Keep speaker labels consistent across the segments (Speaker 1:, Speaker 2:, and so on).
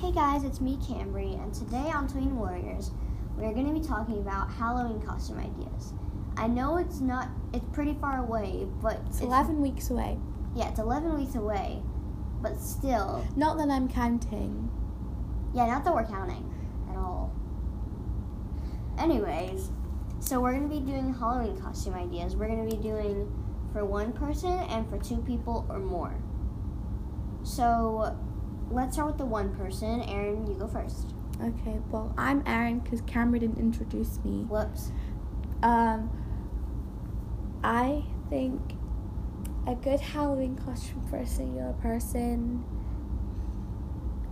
Speaker 1: Hey guys, it's me, Cambry, and today on Tween Warriors, we're going to be talking about Halloween costume ideas. I know it's not, it's pretty far away, but
Speaker 2: It's 11 weeks away.
Speaker 1: yeah, it's 11 weeks away, but still,
Speaker 2: Not that I'm counting.
Speaker 1: yeah, not that we're counting at all. Anyways, so we're going to be doing Halloween costume ideas. We're going to be doing for one person and for two people or more. So let's start with the one person. Aaron, you go first.
Speaker 2: Okay, well, I'm Erin because Cameron didn't introduce me.
Speaker 1: Whoops.
Speaker 2: Um, I think a good Halloween costume for a singular person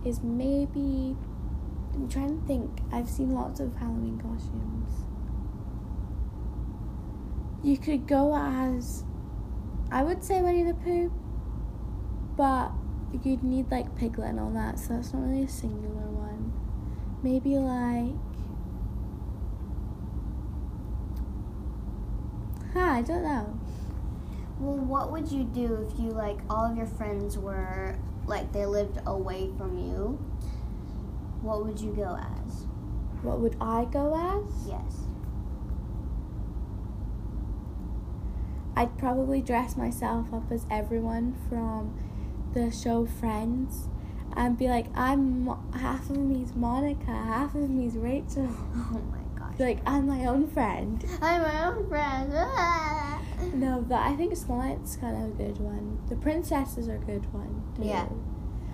Speaker 2: is maybe. I'm trying to think. I've seen lots of Halloween costumes. You could go as. I would say Winnie the Pooh, but you'd need like Piglet and all that, so that's not really a singular one. Maybe like. Huh, I don't know.
Speaker 1: Well, what would you do if you like all of your friends were like they lived away from you? What would you go as?
Speaker 2: What would I go as?
Speaker 1: Yes.
Speaker 2: I'd probably dress myself up as everyone from the show Friends and be like, I'm Mo- half of me's Monica, half of me's Rachel.
Speaker 1: Oh my gosh.
Speaker 2: Be like, I'm my own friend.
Speaker 1: I'm my own friend. Ah.
Speaker 2: No, but I think Snot's kind of a good one. The princesses are a good one, too.
Speaker 1: Yeah.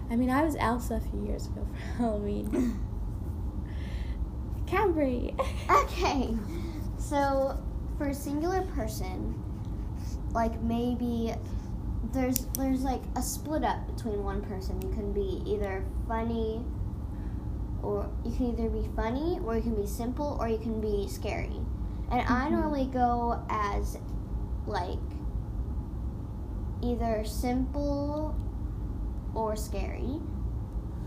Speaker 2: I mean, I was Elsa a few years ago for Halloween. Cambry!
Speaker 1: Okay. So for a singular person, like maybe there's there's like a split up between one person. You can be either funny or you can either be funny or you can be simple or you can be scary. And I
Speaker 2: Mhm.
Speaker 1: normally go as like either simple or scary.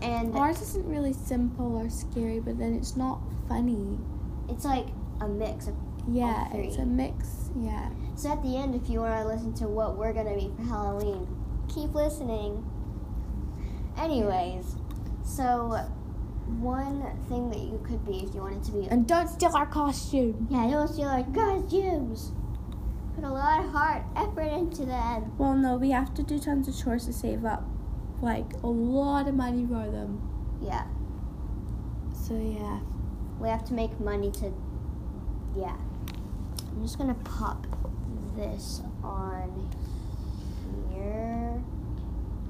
Speaker 1: And
Speaker 2: Ours isn't really simple or scary, but then it's not funny.
Speaker 1: it's like a mix of
Speaker 2: Yeah,
Speaker 1: All
Speaker 2: it's
Speaker 1: three.
Speaker 2: a mix. Yeah.
Speaker 1: So at the end, if you want to listen to what we're gonna be for Halloween, keep listening. Anyways, so one thing that you could be if you wanted to be,
Speaker 2: And don't steal our costume.
Speaker 1: yeah, don't feel like costumes. Put a lot of heart, effort into them.
Speaker 2: Well, no, we have to do tons of chores to save up, like a lot of money for them.
Speaker 1: Yeah,
Speaker 2: So yeah.
Speaker 1: we have to make money to. Yeah, I'm just gonna pop this on here.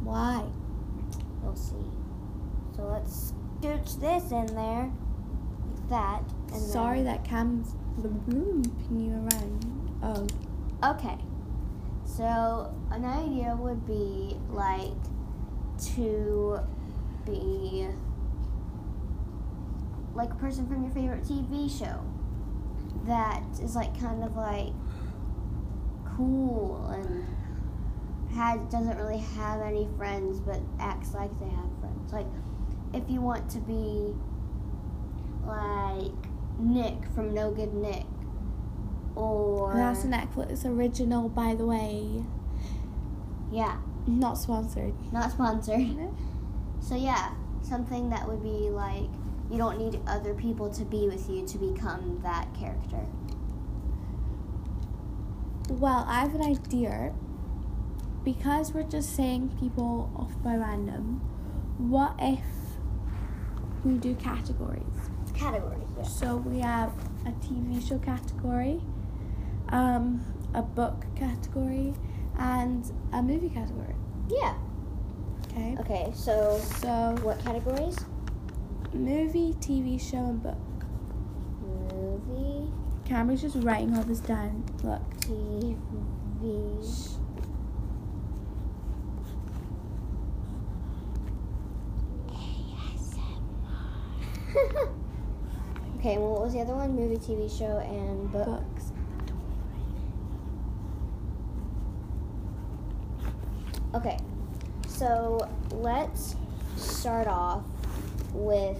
Speaker 2: Why?
Speaker 1: We'll see. So let's scooch this in there. Like that. And
Speaker 2: Sorry that Cam's looping you around. Oh,
Speaker 1: That- okay. So an idea would be like to be like a person from your favorite TV show that is like kind of like cool and has doesn't really have any friends but acts like they have friends. Like if you want to be like Nick from No Good Nick or
Speaker 2: that's a Netflix original, by the way.
Speaker 1: yeah,
Speaker 2: Not sponsored.
Speaker 1: not sponsored. So yeah, something that would be like you don't need other people to be with you to become that character.
Speaker 2: Well, I have an idea. Because we're just saying people off by random, what if we do categories?
Speaker 1: Category.
Speaker 2: So we have a TV show category, um, a book category, and a movie category.
Speaker 1: Yeah.
Speaker 2: Okay.
Speaker 1: Okay. So
Speaker 2: So
Speaker 1: what categories?
Speaker 2: movie, TV show, and book.
Speaker 1: Movie,
Speaker 2: Camera's just writing all this down. Look.
Speaker 1: TV. okay, well, what was the other one? Movie, TV show, and book.
Speaker 2: Books.
Speaker 1: Okay, so let's start off with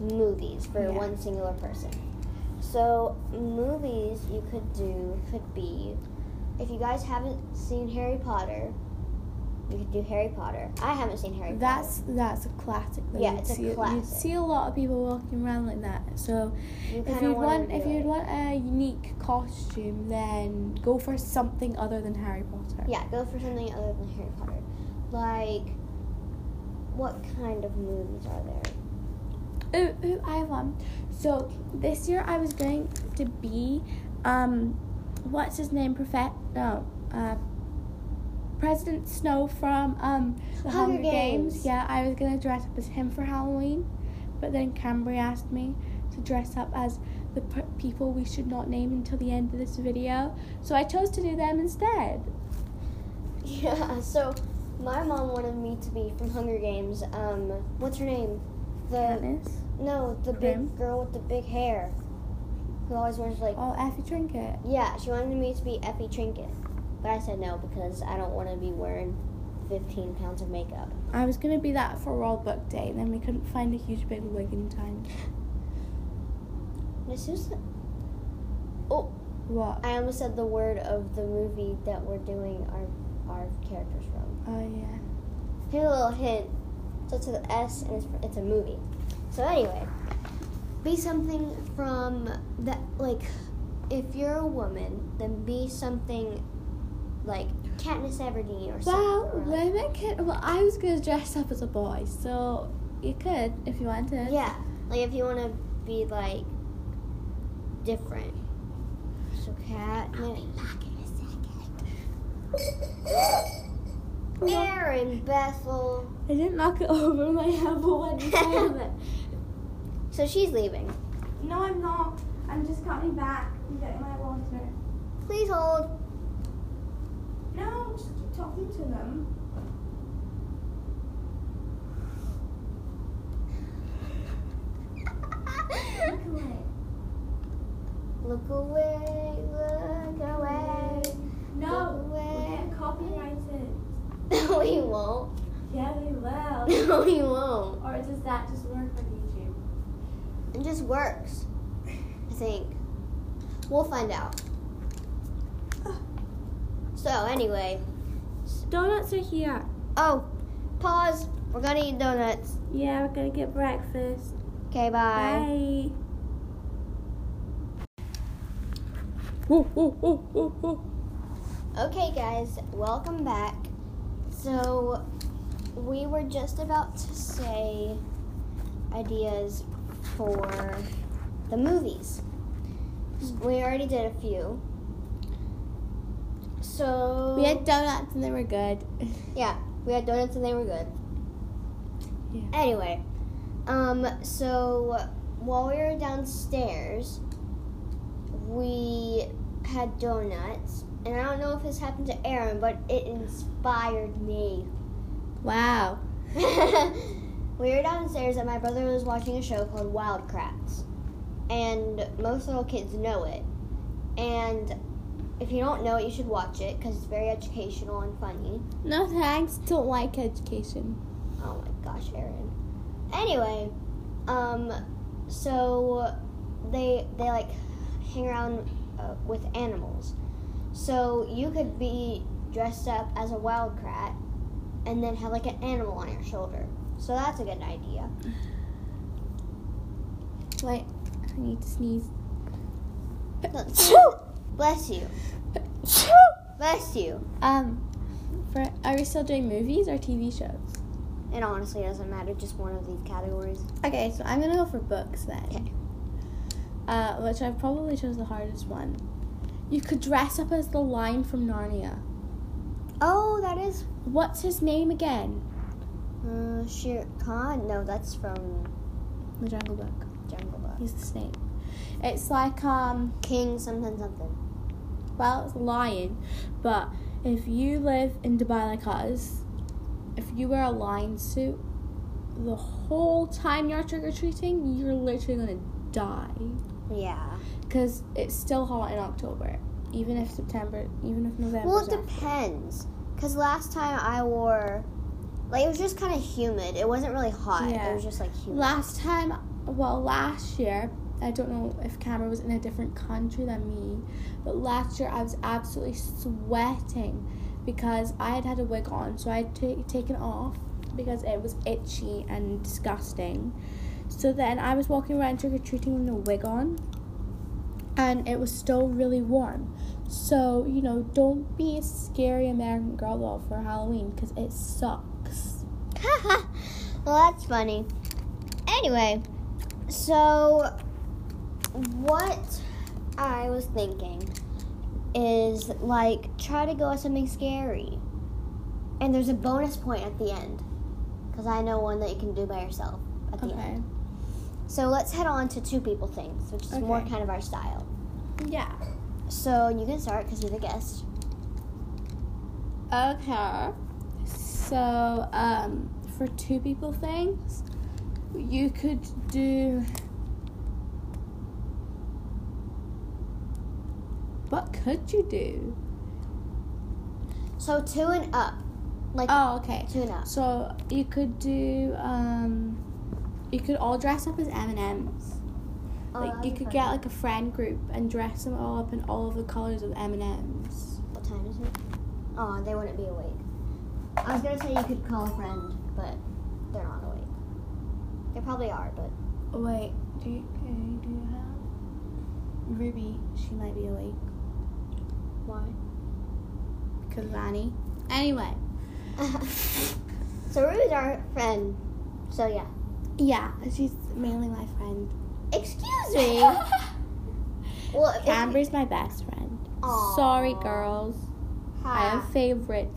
Speaker 1: movies for
Speaker 2: Yeah.
Speaker 1: one singular person. So movies you could do could be if you guys haven't seen Harry Potter, You could do Harry Potter. I haven't seen Harry
Speaker 2: That's that's a classic. though.
Speaker 1: Yeah,
Speaker 2: You'd
Speaker 1: it's a
Speaker 2: see,
Speaker 1: classic.
Speaker 2: You'd see a lot of people walking around like that. So
Speaker 1: Potter. You
Speaker 2: if
Speaker 1: kinda
Speaker 2: you'd
Speaker 1: wanna
Speaker 2: want if
Speaker 1: do
Speaker 2: you'd
Speaker 1: it.
Speaker 2: want a unique costume, then go for something other than Harry Potter.
Speaker 1: Yeah, go for something other than Harry Potter. Like, what kind of movies are there?
Speaker 2: Ooh, ooh, I have one. So this year I was going to be, um, what's his name? Perfect. No, uh, President Snow from um the
Speaker 1: Hunger
Speaker 2: Hunger,
Speaker 1: Games.
Speaker 2: Games. Yeah, I was gonna dress up as him for Halloween, but then Cambry asked me to dress up as the p- people we should not name until the end of this video. So I chose to do them instead.
Speaker 1: Yeah, so my mom wanted me to be from Hunger Games. Um, what's her name? The
Speaker 2: Katniss.
Speaker 1: no, the
Speaker 2: Prim?
Speaker 1: big girl with the big hair, who always wears like
Speaker 2: Oh, Effie Trinket.
Speaker 1: yeah. She wanted me to be Effie Trinket, but I said no because I don't want to be wearing fifteen pounds of makeup.
Speaker 2: I was gonna be that for World Book Day, and then we couldn't find a huge big wig in time.
Speaker 1: Miss Susan. Oh,
Speaker 2: What?
Speaker 1: I almost said the word of the movie that we're doing our our characters from.
Speaker 2: Oh yeah.
Speaker 1: Here's a little hint. So it's an S and it's, it's a movie. So anyway, be something from that like if you're a woman, then be something like Katniss Everdeen or
Speaker 2: Well,
Speaker 1: something. or like-
Speaker 2: women can. Well, I was gonna dress up as a boy, so you could if you wanted.
Speaker 1: yeah, like if you want to be like different. So Katniss. Aaron Bethel.
Speaker 2: I didn't knock it over my head, but what you saying it?
Speaker 1: So she's leaving.
Speaker 2: No, I'm not. I'm just coming back. I'm getting my water.
Speaker 1: Please hold.
Speaker 2: No, just keep talking to them.
Speaker 1: Look away, look away.
Speaker 3: No, we'll
Speaker 1: Look
Speaker 3: get copyrighted.
Speaker 1: No, he won't.
Speaker 3: Yeah, we will.
Speaker 1: No, he won't.
Speaker 3: or does that just work on YouTube?
Speaker 1: It just works. I think. We'll find out. So, anyway.
Speaker 2: Donuts are here.
Speaker 1: Oh, pause. We're gonna eat donuts.
Speaker 2: Yeah, we're gonna get breakfast.
Speaker 1: Okay, bye.
Speaker 2: Bye. Woo, woo, woo, woo, woo.
Speaker 1: Okay, guys, welcome back. So, we were just about to say ideas for the movies. We already did a few. So,
Speaker 2: We had donuts and they were good.
Speaker 1: Yeah, we had donuts and they were good.
Speaker 2: Yeah.
Speaker 1: Anyway, um, so while we were downstairs, we had donuts, and I don't know if this happened to Aaron, but it inspired me.
Speaker 2: Wow.
Speaker 1: we were downstairs, and my brother was watching a show called Wild Kratts, and most little kids know it. And if you don't know it, you should watch it because it's very educational and funny.
Speaker 2: No thanks. Don't like education.
Speaker 1: Oh my gosh, Aaron. Anyway, um, so they they like hang around uh, with animals. So you could be dressed up as a wild cat, and then have like an animal on your shoulder. So that's a good idea.
Speaker 2: Wait, I need to sneeze.
Speaker 1: Bless you. Bless you.
Speaker 2: um, for, are we still doing movies or TV shows?
Speaker 1: It honestly doesn't matter. Just one of these categories.
Speaker 2: Okay, so I'm gonna go for books then.
Speaker 1: Okay.
Speaker 2: Uh, which I probably chose the hardest one. You could dress up as the lion from Narnia.
Speaker 1: Oh, that is
Speaker 2: What's his name again?
Speaker 1: uh, Shere Khan. No, that's from
Speaker 2: The Jungle Book.
Speaker 1: Jungle Book.
Speaker 2: He's the snake. It's like um,
Speaker 1: King something something.
Speaker 2: well, it's a lion, but if you live in Dubai like us, if you wear a lion suit, the whole time you're trick or treating, you're literally gonna die.
Speaker 1: Yeah.
Speaker 2: because it's still hot in October, even if September, even if November.
Speaker 1: Well, it depends. Because last time I wore, like, it was just kind of humid. It wasn't really hot. It
Speaker 2: Yeah.
Speaker 1: was just, like, humid.
Speaker 2: Last time, well, last year, I don't know if Cameron was in a different country than me, but last year I was absolutely sweating because I had had a wig on, so I had ta taken it off because it was itchy and disgusting. So then I was walking around trick or treating with no wig on, and it was still really warm. So you know, don't be a scary American girl doll for Halloween because it sucks.
Speaker 1: well, that's funny. Anyway, so what I was thinking is like try to go with something scary. And there's a bonus point at the end because I know one that you can do by yourself at the end.
Speaker 2: Okay.
Speaker 1: So let's head on to two people things, which is more
Speaker 2: Okay.
Speaker 1: kind of our style.
Speaker 2: Yeah.
Speaker 1: So you can start because you're the guest.
Speaker 2: Okay. So, um, for two people things, you could do What could you do?
Speaker 1: So two and up, like
Speaker 2: Oh, okay.
Speaker 1: two and up.
Speaker 2: So you could do um you could all dress up as M&Ms.
Speaker 1: Oh,
Speaker 2: Like
Speaker 1: that'd
Speaker 2: you
Speaker 1: be
Speaker 2: could
Speaker 1: fun.
Speaker 2: get like a friend group and dress them all up in all of the colors of M&Ms.
Speaker 1: What time is it? Oh, they wouldn't be awake. I was gonna say you could call a friend, but they're not awake. They probably are, but
Speaker 2: Wait, do you, do you have Ruby? She might be awake.
Speaker 1: why?
Speaker 2: Because Vanny. Anyway,
Speaker 1: so Ruby's our friend. So yeah.
Speaker 2: yeah, she's mainly my friend.
Speaker 1: Excuse me. well, if-
Speaker 2: Amber's my best friend.
Speaker 1: Aw. Ah.
Speaker 2: Sorry, girls. I
Speaker 1: Ha.
Speaker 2: have favorites.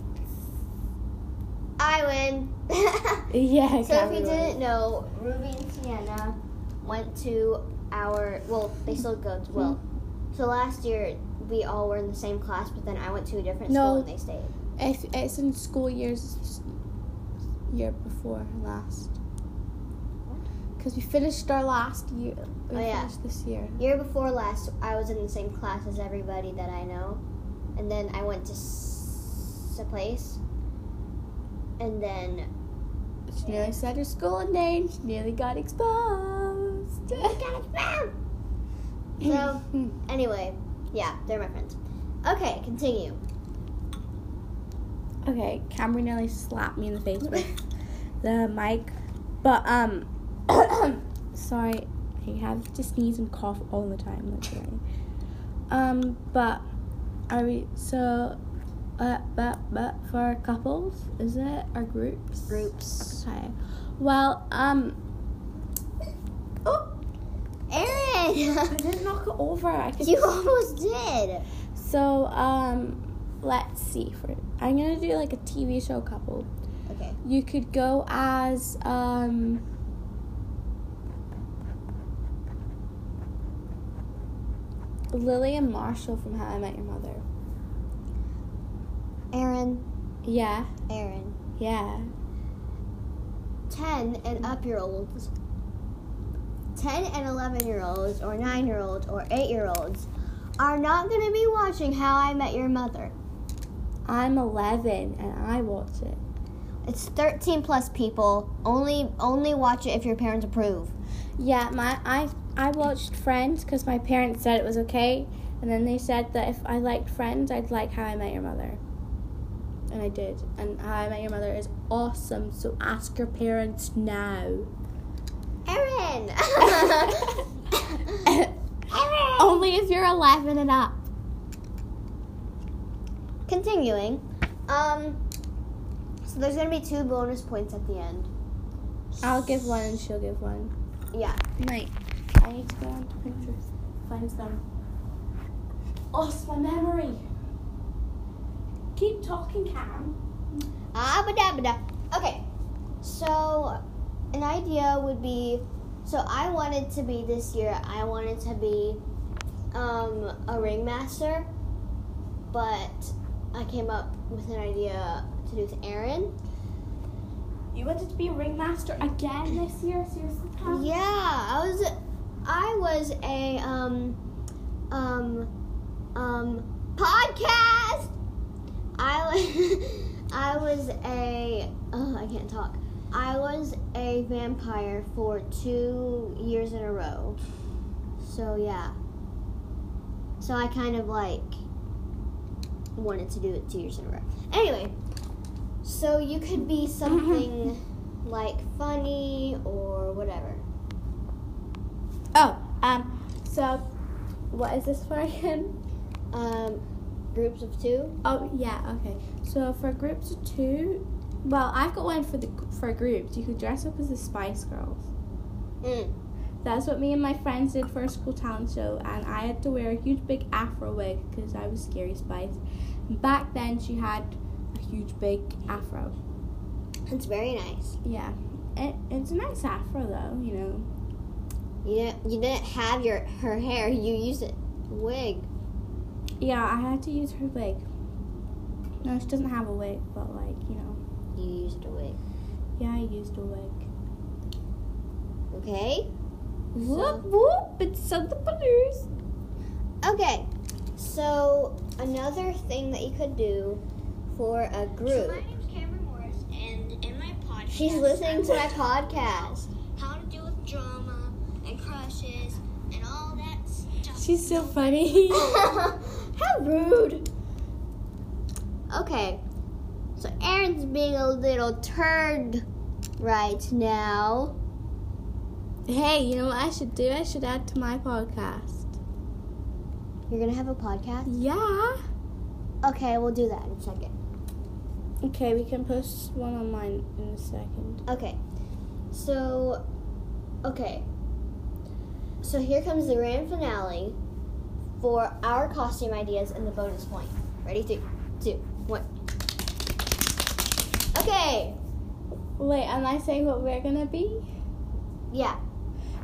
Speaker 1: I win.
Speaker 2: Yeah,
Speaker 1: so if you
Speaker 2: Cameron.
Speaker 1: didn't know, Ruby and Sienna went to our well, they still go to well.
Speaker 2: Hmm?
Speaker 1: So last year we all were in the same class, but then I went to a different
Speaker 2: No.
Speaker 1: school and they stayed.
Speaker 2: If it's in school years, it's year before last. Because we finished our last year. We
Speaker 1: Oh, yeah.
Speaker 2: finished this year.
Speaker 1: Year before last, I was in the same class as everybody that I know, and then I went to s- a place, and then
Speaker 2: She nearly said her school name. She nearly got exposed.
Speaker 1: So- anyway, yeah, they're my friends. Okay, continue.
Speaker 2: Okay, Cameron nearly slapped me in the face with the mic. But um sorry, I have to sneeze and cough all the time literally. Um but are we so uh but but for couples, is it or groups?
Speaker 1: Groups.
Speaker 2: Okay. Well, um Oh I
Speaker 1: Erin,
Speaker 2: didn't knock it over. I could
Speaker 1: you almost did.
Speaker 2: So um let's see for I'm gonna do like a TV show couple.
Speaker 1: Okay.
Speaker 2: You could go as um Lily and Marshall from How I Met Your Mother.
Speaker 1: Aaron,
Speaker 2: Yeah,
Speaker 1: Aaron,
Speaker 2: yeah.
Speaker 1: ten and up year olds, ten and eleven year olds, or nine year olds, or eight year olds, are not going to be watching How I Met Your Mother.
Speaker 2: I'm 11 and I watch it.
Speaker 1: It's thirteen plus people. Only only watch it if your parents approve.
Speaker 2: Yeah, my I I watched Friends because my parents said it was okay, and then they said that if I liked Friends, I'd like How I Met Your Mother, and I did. And How I Met Your Mother is awesome, so ask your parents now.
Speaker 1: Erin. Erin.
Speaker 2: Only if you're 11 and up.
Speaker 1: Continuing. Um. So there's gonna be two bonus points at the end.
Speaker 2: I'll give one and she'll give one.
Speaker 1: Yeah.
Speaker 2: Wait, I need to go on to pictures.
Speaker 3: Find them. Lost my memory. Keep talking, Cam.
Speaker 1: Abadabada. Okay, so an idea would be so I wanted to be this year, I wanted to be um, a ringmaster, but I came up with an idea to do with Aaron.
Speaker 3: You wanted to be a ringmaster again this year, seriously, Cam?
Speaker 1: Yeah, I was I was a um um um podcast. I was I was a oh, I can't talk. I was a vampire for 2 years in a row. So yeah. So I kind of like wanted to do it two years in a row. Anyway, so you could be something like funny or whatever.
Speaker 2: Oh, um, so what is this for again?
Speaker 1: Um, groups of two.
Speaker 2: Oh, yeah, okay. So for groups of two, well, I've got one for the for groups. You could dress up as the Spice Girls.
Speaker 1: Mm.
Speaker 2: That's what me and my friends did for a school talent show, and I had to wear a huge big afro wig because I was Scary Spice. And back then, she had a huge big afro.
Speaker 1: It's very nice.
Speaker 2: Yeah, it, it's a nice afro though, you know.
Speaker 1: You didn't, you didn't have your her hair. You used a wig.
Speaker 2: Yeah, I had to use her wig. No, she doesn't have a wig, but like, you know.
Speaker 1: You used a wig.
Speaker 2: Yeah, I used a wig.
Speaker 1: Okay.
Speaker 2: Whoop whoop, it's Santa Balloons.
Speaker 1: Okay. So another thing that you could do for a group.
Speaker 4: So my name's Cameron Morris, and in my podcast,
Speaker 1: She's listening to my
Speaker 4: I want
Speaker 1: podcast.
Speaker 4: about How to deal with drama and crushes and all that stuff.
Speaker 2: She's so funny.
Speaker 1: How rude. Okay. So Aaron's being a little turd right now.
Speaker 2: hey, you know what I should do? I should add to my podcast.
Speaker 1: You're gonna have a podcast?
Speaker 2: Yeah.
Speaker 1: Okay, we'll do that in a second.
Speaker 2: Okay, we can post one online in a second.
Speaker 1: Okay. So okay. So here comes the grand finale for our costume ideas and the bonus point. Ready? Three, two, one. Okay.
Speaker 2: Wait, am I saying what we're gonna be?
Speaker 1: Yeah.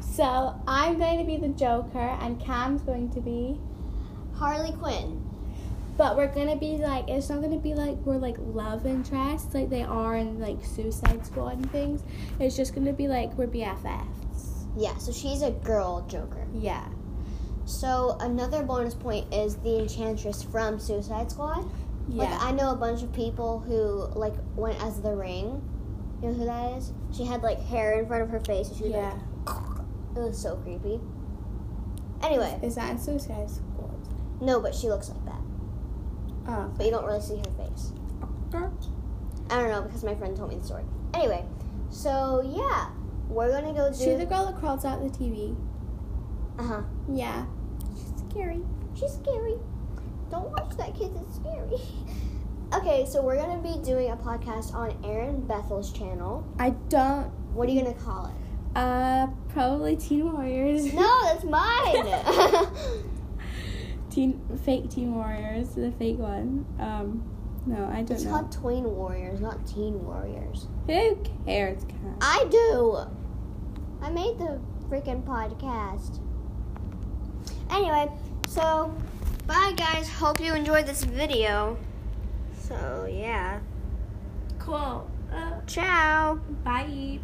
Speaker 2: So I'm going to be the Joker, and Cam's going to be.
Speaker 1: Harley Quinn.
Speaker 2: But we're gonna be like, it's not gonna be like we're like love interests like they are in like Suicide Squad and things. It's just gonna be like we're BFFs.
Speaker 1: Yeah, so she's a girl Joker.
Speaker 2: Yeah.
Speaker 1: So another bonus point is the Enchantress from Suicide Squad. Like I know a bunch of people who like went as the Ring. You know who that is? She had like hair in front of her face. And she was
Speaker 2: yeah.
Speaker 1: Like, it was so creepy. Anyway,
Speaker 2: Is that in Suicide Squad?
Speaker 1: no, but she looks like that.
Speaker 2: Oh.
Speaker 1: But you don't really see her face. I don't know because my friend told me the story. Anyway, so yeah, we're gonna go do.
Speaker 2: She the girl that crawls out the TV.
Speaker 1: uh huh.
Speaker 2: Yeah.
Speaker 1: She's scary. She's scary. Don't watch that, kids. It's scary. okay, so we're gonna be doing a podcast on Aaron Bethel's channel.
Speaker 2: I don't.
Speaker 1: What are you gonna call it?
Speaker 2: Uh, probably Teen Warriors.
Speaker 1: No, that's mine.
Speaker 2: Teen fake Teen Warriors, the fake one. Um, no, I don't
Speaker 1: it's
Speaker 2: know.
Speaker 1: called Tween Warriors, not Teen Warriors.
Speaker 2: Who cares, Cam?
Speaker 1: I do. I made the freaking podcast. Anyway, so bye guys. Hope you enjoyed this video. So yeah,
Speaker 2: Cool. Uh,
Speaker 1: ciao.
Speaker 2: bye.